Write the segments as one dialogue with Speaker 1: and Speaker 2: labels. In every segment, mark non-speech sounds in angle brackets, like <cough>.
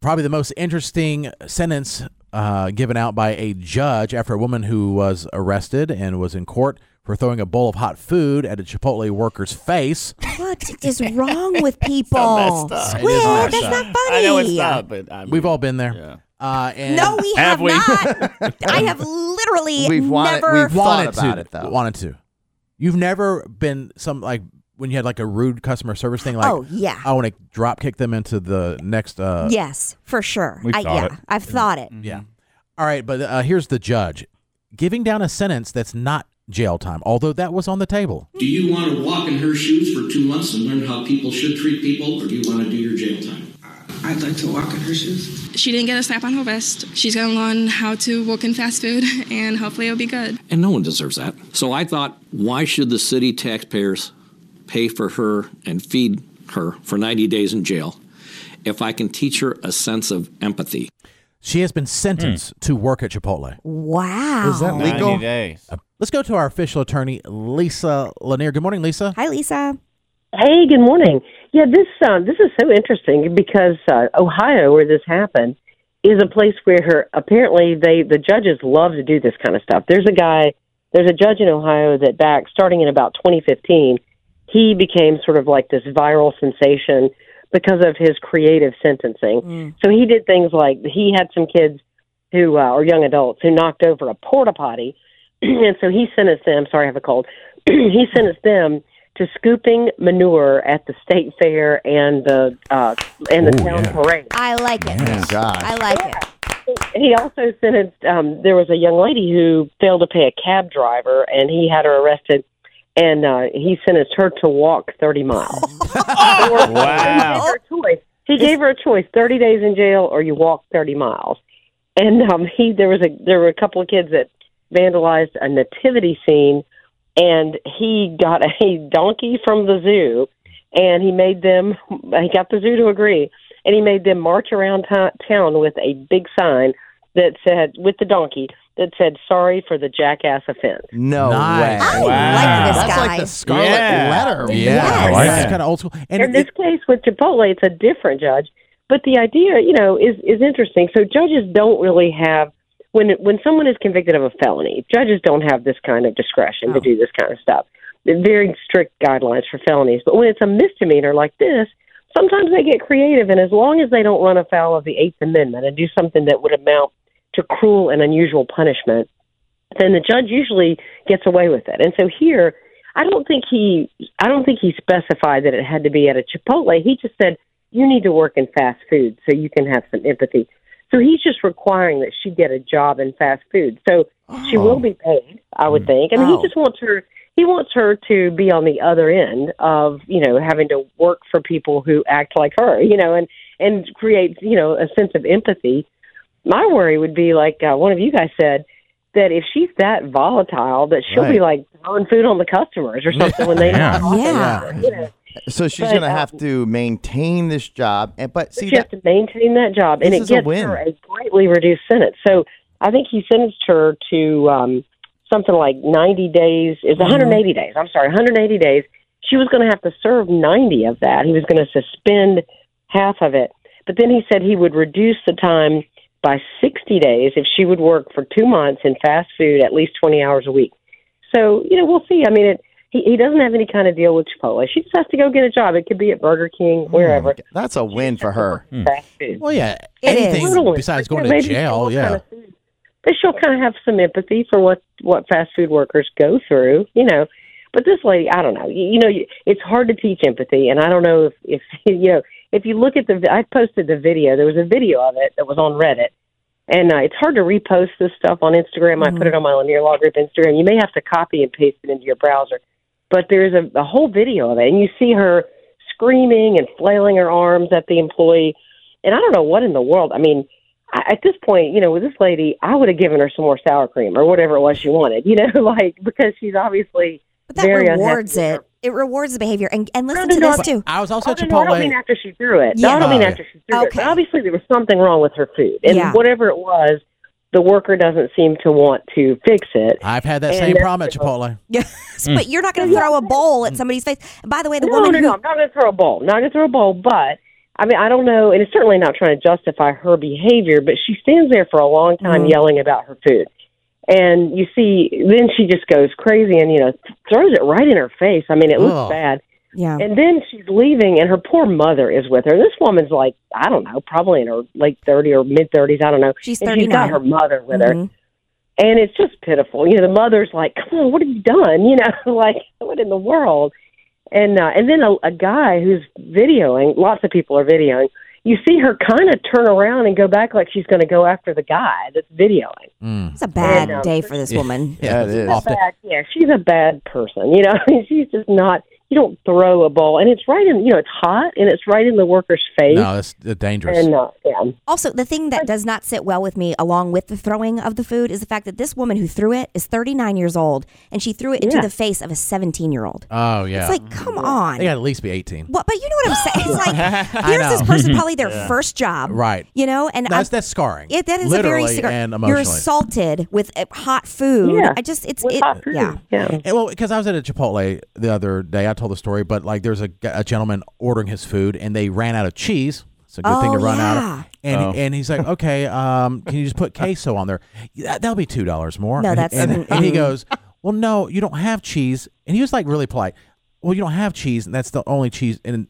Speaker 1: Probably the most interesting sentence uh, given out by a judge after a woman who was arrested and was in court for throwing a bowl of hot food at a Chipotle worker's face.
Speaker 2: <laughs>
Speaker 3: What is wrong with people?
Speaker 4: messed up. It
Speaker 3: Squid,
Speaker 4: is
Speaker 3: that's
Speaker 4: messed
Speaker 3: not
Speaker 4: up.
Speaker 3: funny.
Speaker 4: I know it's not, but I mean,
Speaker 1: We've all been there.
Speaker 4: Yeah.
Speaker 1: Uh, and
Speaker 3: No, we have,
Speaker 4: Have we? <laughs>
Speaker 3: not. I have literally
Speaker 5: We've wanted-
Speaker 3: never.
Speaker 5: we've-
Speaker 1: wanted
Speaker 5: thought about
Speaker 1: to.
Speaker 5: it, though.
Speaker 1: Wanted to. You've never been some like when you had like a rude customer service thing. Like,
Speaker 3: oh yeah.
Speaker 1: I want to drop kick them into the next. Uh,
Speaker 3: yes, for sure.
Speaker 6: We've
Speaker 3: I,
Speaker 6: thought
Speaker 3: yeah,
Speaker 6: it.
Speaker 3: I've thought it.
Speaker 1: yeah. All right, but uh, here's the judge giving down a sentence that's not jail time, although that was on the table.
Speaker 7: Do you want to walk in her shoes for two months and learn how people should treat people, or do you want to do your jail time?
Speaker 8: I'd like to walk in her shoes.
Speaker 9: She didn't get a snap on her vest. She's gonna learn how to work in fast food, <laughs> and hopefully it'll be good.
Speaker 10: And no one deserves that. So I thought, why should the city taxpayers pay for her and feed her for 90 days in jail if I can teach her a sense of empathy?
Speaker 1: She has been sentenced
Speaker 5: Hmm.
Speaker 1: to work at Chipotle.
Speaker 3: Wow.
Speaker 5: Is that
Speaker 4: 90
Speaker 5: legal? <laughs>
Speaker 4: days.
Speaker 1: Let's go to our official attorney, Lisa Lanier. Good morning, Lisa.
Speaker 3: Hi, Lisa.
Speaker 2: Hey, good morning. Yeah, this um, this is so interesting because uh, Ohio, where this happened, is a place where apparently they the judges love to do this kind of stuff. There's a guy, there's a judge in Ohio that back starting in about 2015, he became sort of like this viral sensation because of his creative sentencing. So he did things like he had some kids who uh, or young adults who knocked over a porta potty, <clears throat> and so he sentenced them. Sorry, I have a cold. <clears throat> he sentenced them to scooping manure at the state fair and the uh, and the
Speaker 6: Ooh,
Speaker 2: town
Speaker 6: yeah.
Speaker 2: parade.
Speaker 3: I like it.
Speaker 5: gosh.
Speaker 3: I like it.
Speaker 2: He also sentenced. Um, there was a young lady who failed to pay a cab driver, and he had her arrested. And uh, he sentenced her to walk thirty miles.
Speaker 6: Oh,
Speaker 4: Wow.
Speaker 2: He gave her a choice. He gave her a choice: thirty days in jail, or you walk thirty miles. And um, he there was a there were a couple of kids that vandalized a nativity scene, and he got a <laughs> donkey from the zoo, and he made them. He got the zoo to agree, and he made them march around t- town with a big sign that said with the donkey that said "Sorry for the jackass offense."
Speaker 5: No
Speaker 1: Nice.
Speaker 5: way.
Speaker 3: I like this
Speaker 5: That's
Speaker 3: guy.
Speaker 5: like the Scarlet
Speaker 4: Yeah.
Speaker 5: Letter.
Speaker 1: I
Speaker 3: Yes.
Speaker 1: like
Speaker 4: Yeah.
Speaker 1: It's kind of old school. And,
Speaker 2: in this
Speaker 1: it-
Speaker 2: case with Chipotle, it's a different judge. But the idea, you know, is is interesting. So judges don't really have when when someone is convicted of a felony, judges don't have this kind of discretion
Speaker 1: Oh.
Speaker 2: to do this kind of stuff. They're Very strict guidelines for felonies. But when it's a misdemeanor like this, sometimes they get creative, and as long as they don't run afoul of the Eighth Amendment and do something that would amount to cruel and unusual punishment, then the judge usually gets away with it. And so here, I don't think he I don't think he specified that it had to be at a Chipotle. He just said you need to work in fast food so you can have some empathy. So he's just requiring that she get a job in fast food. So she will be paid, I would think. I mean,
Speaker 3: Oh.
Speaker 2: he just wants her he wants her to be on the other end of, you know, having to work for people who act like her, you know, and and create, you know, a sense of empathy my worry would be like uh, one of you guys said that if she's that volatile that she'll be like throwing food on the customers or something when they
Speaker 6: Yeah.
Speaker 3: Yeah.
Speaker 2: you know
Speaker 5: So she's
Speaker 2: But,
Speaker 5: going to
Speaker 2: uh,
Speaker 5: have to maintain this job. and But see,
Speaker 2: she has
Speaker 5: that,
Speaker 2: to maintain that job and
Speaker 5: This
Speaker 2: it
Speaker 5: is a
Speaker 2: gets
Speaker 5: win.
Speaker 2: her a greatly reduced sentence so i think he sentenced her to um something like 90 days it's 180 days i'm sorry 180 days she was going to have to serve 90 of that he was going to suspend half of it but then he said he would reduce the time by 60 days if she would work for two months in fast food at least 20 hours a week. So, you know, we'll see. I mean, it, he, he doesn't have any kind of deal with Chipotle. She just has to go get a job. It could be at Burger King,
Speaker 5: Oh
Speaker 2: wherever.
Speaker 5: that's a win for her.
Speaker 2: Fast food.
Speaker 1: well, yeah,
Speaker 3: It is.
Speaker 1: anything
Speaker 2: Totally.
Speaker 1: besides
Speaker 2: Yeah,
Speaker 1: going to
Speaker 2: maybe
Speaker 1: jail,
Speaker 2: she'll
Speaker 1: yeah.
Speaker 2: kind of see- but she'll kind of have some empathy for what what fast food workers go through, you know. But this lady, I don't know. You, you know, you, it's hard to teach empathy, and I don't know if if <laughs> you know if you look at the. I posted the video. There was a video of it that was on Reddit, and uh, it's hard to repost this stuff on Instagram. I put
Speaker 1: Mm-hmm.
Speaker 2: it on my Lanier Law Group Instagram. You may have to copy and paste it into your browser, but there's a, a whole video of it, and you see her screaming and flailing her arms at the employee. And I don't know what in the world. I mean, I, at this point, you know, with this lady, I would have given her some more sour cream or whatever it was she wanted, you know, <laughs> like because she's obviously
Speaker 3: But that
Speaker 2: very
Speaker 3: rewards
Speaker 2: unhappy.
Speaker 3: it. It rewards the behavior. And, and listen
Speaker 2: No,
Speaker 3: to
Speaker 2: no,
Speaker 3: this,
Speaker 2: but-
Speaker 3: too. <laughs>
Speaker 1: I was also
Speaker 2: Oh,
Speaker 1: at
Speaker 2: no, no, I don't
Speaker 1: Chipotle.
Speaker 2: mean after she threw it. No, I don't
Speaker 1: Yeah.
Speaker 2: mean
Speaker 1: Oh,
Speaker 2: after she threw it.
Speaker 3: Okay.
Speaker 2: But obviously, there was something wrong with her food, and
Speaker 3: Yeah.
Speaker 2: whatever it was, the worker doesn't seem to want to fix it.
Speaker 1: I've had that
Speaker 2: And
Speaker 1: same
Speaker 2: that's
Speaker 1: problem at
Speaker 2: the-
Speaker 1: Chipotle.
Speaker 3: But you're not going to throw a bowl at somebody's face. By the way, the
Speaker 2: no,
Speaker 3: woman
Speaker 2: no,
Speaker 3: who
Speaker 2: no, I'm not going to throw a bowl. I'm not going to throw a bowl, but I mean, I don't know, and it's certainly not trying to justify her behavior, but she stands there for a long time
Speaker 3: Mm-hmm.
Speaker 2: yelling about her food. And you see, then she just goes crazy and, you know, throws it right in her face. I mean, it looks
Speaker 1: Ugh.
Speaker 2: bad.
Speaker 3: Yeah.
Speaker 2: And then she's leaving, and her poor mother is with her. And this woman's like, I don't know, probably in her late 30 or mid 30s. I don't know.
Speaker 3: She's
Speaker 2: and she's
Speaker 3: 39.
Speaker 2: got her mother with her.
Speaker 3: Mhm.
Speaker 2: And it's just pitiful. You know, the mother's like, come on, what have you done? You know, <laughs> like, what in the world? And uh, and then a, a guy who's videoing, lots of people are videoing, you see her kind of turn around and go back like she's going to go after the guy that's videoing.
Speaker 1: Mm.
Speaker 3: It's a bad
Speaker 2: And, um,
Speaker 3: day for this woman.
Speaker 1: Yeah,
Speaker 5: it
Speaker 1: it's
Speaker 5: is.
Speaker 1: off the-
Speaker 2: Bad, yeah, she's a bad person. You know, <laughs> I mean, she's just not, you don't throw a ball. And it's right in, you know, it's hot and it's right in the worker's face.
Speaker 1: No, it's uh, dangerous.
Speaker 2: and uh, yeah.
Speaker 3: Also, the thing that does not sit well with me, along with the throwing of the food, is the fact that this woman who threw it is 39 years old, and she threw it into
Speaker 2: Yeah.
Speaker 3: the face of a 17 year old.
Speaker 1: oh yeah,
Speaker 3: uh, It's like, come on.
Speaker 1: they got to at least be eighteen.
Speaker 3: What, but you know what
Speaker 1: <laughs>
Speaker 3: I'm saying? It's like here's this
Speaker 1: know. <laughs>
Speaker 3: person probably their first job,
Speaker 1: Right.
Speaker 3: You know, and
Speaker 1: No,
Speaker 3: I'm-
Speaker 1: that's, that's scarring.
Speaker 3: it, that is
Speaker 1: literally
Speaker 3: a very cigar-
Speaker 1: and
Speaker 3: You're
Speaker 1: emotionally.
Speaker 3: assaulted with uh, hot food.
Speaker 2: Yeah.
Speaker 3: I just it's
Speaker 2: With
Speaker 3: it,
Speaker 2: hot food.
Speaker 3: yeah.
Speaker 2: yeah.
Speaker 1: And, well, because I was at a Chipotle the other day, I told the story, but like there's a, g- a gentleman ordering his food and they ran out of cheese. It's a good thing
Speaker 3: Oh,
Speaker 1: to run out
Speaker 3: yeah.
Speaker 1: of. And, and he's like, okay, um, can you just put queso on there? "Yeah, That'll be $2 more.
Speaker 3: No,
Speaker 1: and, he-
Speaker 3: that's-
Speaker 1: and, and he goes, well, no, you don't have cheese. And he was like really polite. Well, you don't have cheese, and that's the only cheese. And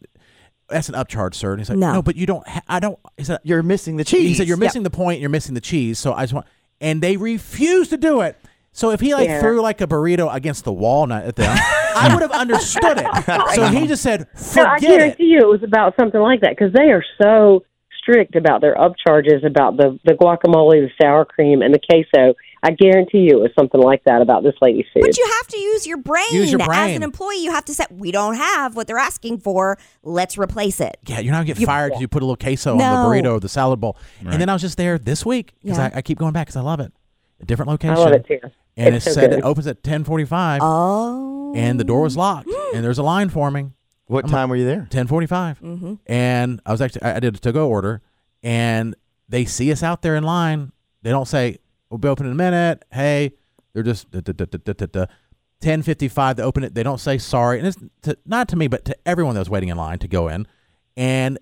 Speaker 1: that's an upcharge, sir. And he's like,
Speaker 3: No.
Speaker 1: no, but you don't. Ha- I don't. He said,
Speaker 5: You're missing the
Speaker 1: he
Speaker 5: cheese.
Speaker 1: said, "You're missing the point. You're missing the cheese." So I just want, and they refuse to do it. So if he like
Speaker 2: Yeah.
Speaker 1: threw like a burrito against the wall, not at
Speaker 2: <laughs>
Speaker 1: them, I would have understood it. So he just said,
Speaker 2: No, I
Speaker 1: "Forget
Speaker 2: guarantee
Speaker 1: it."
Speaker 2: you it was about something like that because they are so strict about their upcharges about the the guacamole, the sour cream, and the queso. I guarantee you it was something like that about this lady's food.
Speaker 3: But you have to use your brain.
Speaker 1: Use your
Speaker 3: As
Speaker 1: brain.
Speaker 3: an employee, you have to say, we don't have what they're asking for. Let's replace it.
Speaker 1: Yeah, you're not gonna get fired because you put a little queso on the
Speaker 3: No.
Speaker 1: burrito or the salad bowl. And then I was just there this week because
Speaker 3: Yeah.
Speaker 1: I, I keep going back because I love it. A different
Speaker 2: I
Speaker 1: location.
Speaker 2: love it too.
Speaker 1: And
Speaker 2: It's
Speaker 1: it
Speaker 2: so
Speaker 1: said
Speaker 2: good.
Speaker 1: it opens at 10:45,
Speaker 3: Oh.
Speaker 1: and the door was locked, and there's a line forming.
Speaker 5: What time were you there?
Speaker 1: 10:45,
Speaker 2: Mm-hmm.
Speaker 1: and I was actually I I did a to-go order, and they see us out there in line. They don't say we'll be open in a minute. Hey, they're just da, da, da, da, da, da, da. 10:55. They open it. They don't say sorry, and it's to, not to me, but to everyone that was waiting in line to go in. And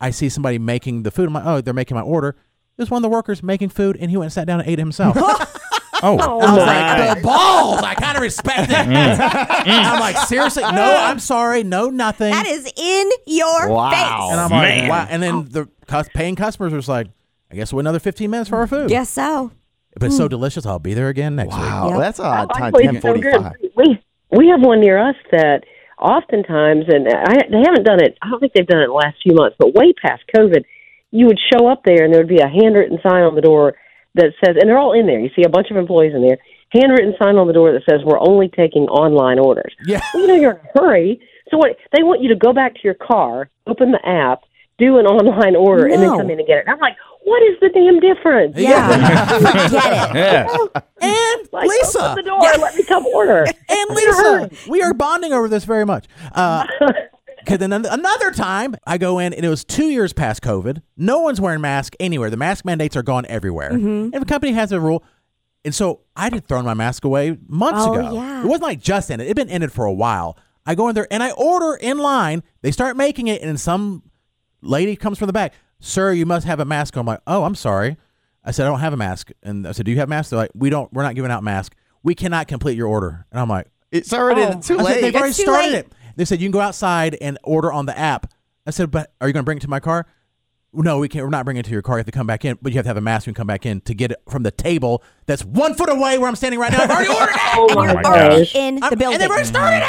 Speaker 1: I see somebody making the food. I'm like, oh, they're making my order. There's one of the workers making food, and he went and sat down and ate it
Speaker 2: <laughs>
Speaker 1: himself. <laughs>
Speaker 2: Oh,
Speaker 1: I was
Speaker 2: my.
Speaker 1: like, the balls. I kind of respect it. <laughs> I'm like, seriously, no,
Speaker 2: Mm.
Speaker 1: I'm sorry, no, nothing.
Speaker 3: That is in your
Speaker 5: Wow.
Speaker 3: face.
Speaker 1: And I'm
Speaker 4: man.
Speaker 1: like, wow. And then the cus- paying customers are just like, I guess we'll another 15 minutes for our food.
Speaker 3: Guess so.
Speaker 1: But it's so delicious. I'll be there again next
Speaker 5: Wow,
Speaker 3: Yep.
Speaker 5: that's an odd time.
Speaker 2: Oh, Actually,
Speaker 5: Ten
Speaker 2: it's so
Speaker 5: forty-five.
Speaker 2: good. We we have one near us that oftentimes, and I, they haven't done it. I don't think they've done it in the last few months, but way past COVID, you would show up there and there would be a handwritten sign on the door that says, and they're all in there. You see a bunch of employees in there, handwritten sign on the door that says, "We're only taking online orders."
Speaker 1: week. Yeah.
Speaker 2: Well, you know, you're in a hurry, so what they want you to go back to your car, open the app, do an online order, and
Speaker 3: No.
Speaker 2: then come in and get it. And I'm like, what is the damn difference?
Speaker 4: <laughs>
Speaker 3: Yeah. Forget it.
Speaker 4: Yeah.
Speaker 1: And
Speaker 2: Like,
Speaker 1: Lisa
Speaker 2: open the door, let me come order.
Speaker 1: and Lisa, we are bonding over this very much.
Speaker 3: <laughs>
Speaker 1: Uh, Cause then an- another time I go in and it was two years past COVID. No one's wearing masks anywhere. The mask mandates are gone everywhere.
Speaker 3: Mm-hmm.
Speaker 1: If a company has a rule, and so I had thrown my mask away months
Speaker 3: Oh,
Speaker 1: ago.
Speaker 3: yeah.
Speaker 1: It wasn't like just in it. It'd been in it for a while. I go in there and I order in line. They start making it, and some lady comes from the back. Sir, you must have a mask. on." I'm like, oh, I'm sorry. I said I don't have a mask, and I said, do you have masks? They're like, we don't. We're not giving out masks. We cannot complete your order. And I'm like,
Speaker 5: It's already
Speaker 3: Oh.
Speaker 5: too
Speaker 1: I said,
Speaker 5: late.
Speaker 1: they've already
Speaker 3: too
Speaker 1: started
Speaker 3: late.
Speaker 1: it. They said you can go outside and order on the app. I said, but are you going to bring it to my car? No, we can't. We're not bringing it to your car. You have to come back in, but you have to have a mask when you come back in to get it from the table that's one foot away where I'm standing right now. I've already ordered it.
Speaker 3: and you're
Speaker 4: Oh my
Speaker 3: already
Speaker 4: gosh.
Speaker 3: in the
Speaker 1: I'm- and
Speaker 3: building.
Speaker 1: they've already started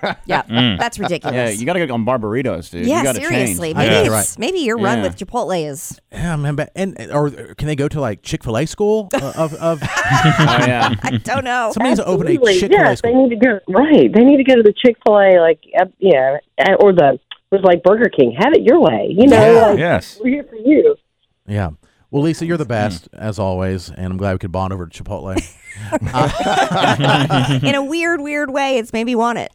Speaker 3: Yep. Yep.
Speaker 4: <laughs>
Speaker 3: That's ridiculous.
Speaker 4: Mm. Yeah, you got to go on Barbaritos, dude.
Speaker 3: Yeah,
Speaker 4: you gotta
Speaker 3: seriously.
Speaker 4: Change.
Speaker 3: Maybe
Speaker 1: Yeah.
Speaker 3: it's,
Speaker 1: Right.
Speaker 3: maybe your run
Speaker 4: Yeah.
Speaker 3: with Chipotle is
Speaker 1: Yeah, man, but- and or can they go to like Chick Fil A school uh, of of
Speaker 4: Oh, yeah.
Speaker 3: <laughs> I
Speaker 4: <laughs>
Speaker 3: don't know.
Speaker 1: somebody needs to open a
Speaker 2: Absolutely.
Speaker 1: Chick Fil A
Speaker 2: Yes, they
Speaker 1: school?
Speaker 2: need to go. Right, they need to go to the Chick Fil A, like uh, yeah, uh, or the it was like Burger King. Have it your way, you know.
Speaker 1: Yeah.
Speaker 2: Like,
Speaker 4: Yes.
Speaker 2: We're here for you.
Speaker 1: Yeah. Well, Lisa, you're the best as always, and I'm glad we could bond over to Chipotle.
Speaker 3: In a weird, weird way, it's maybe want it.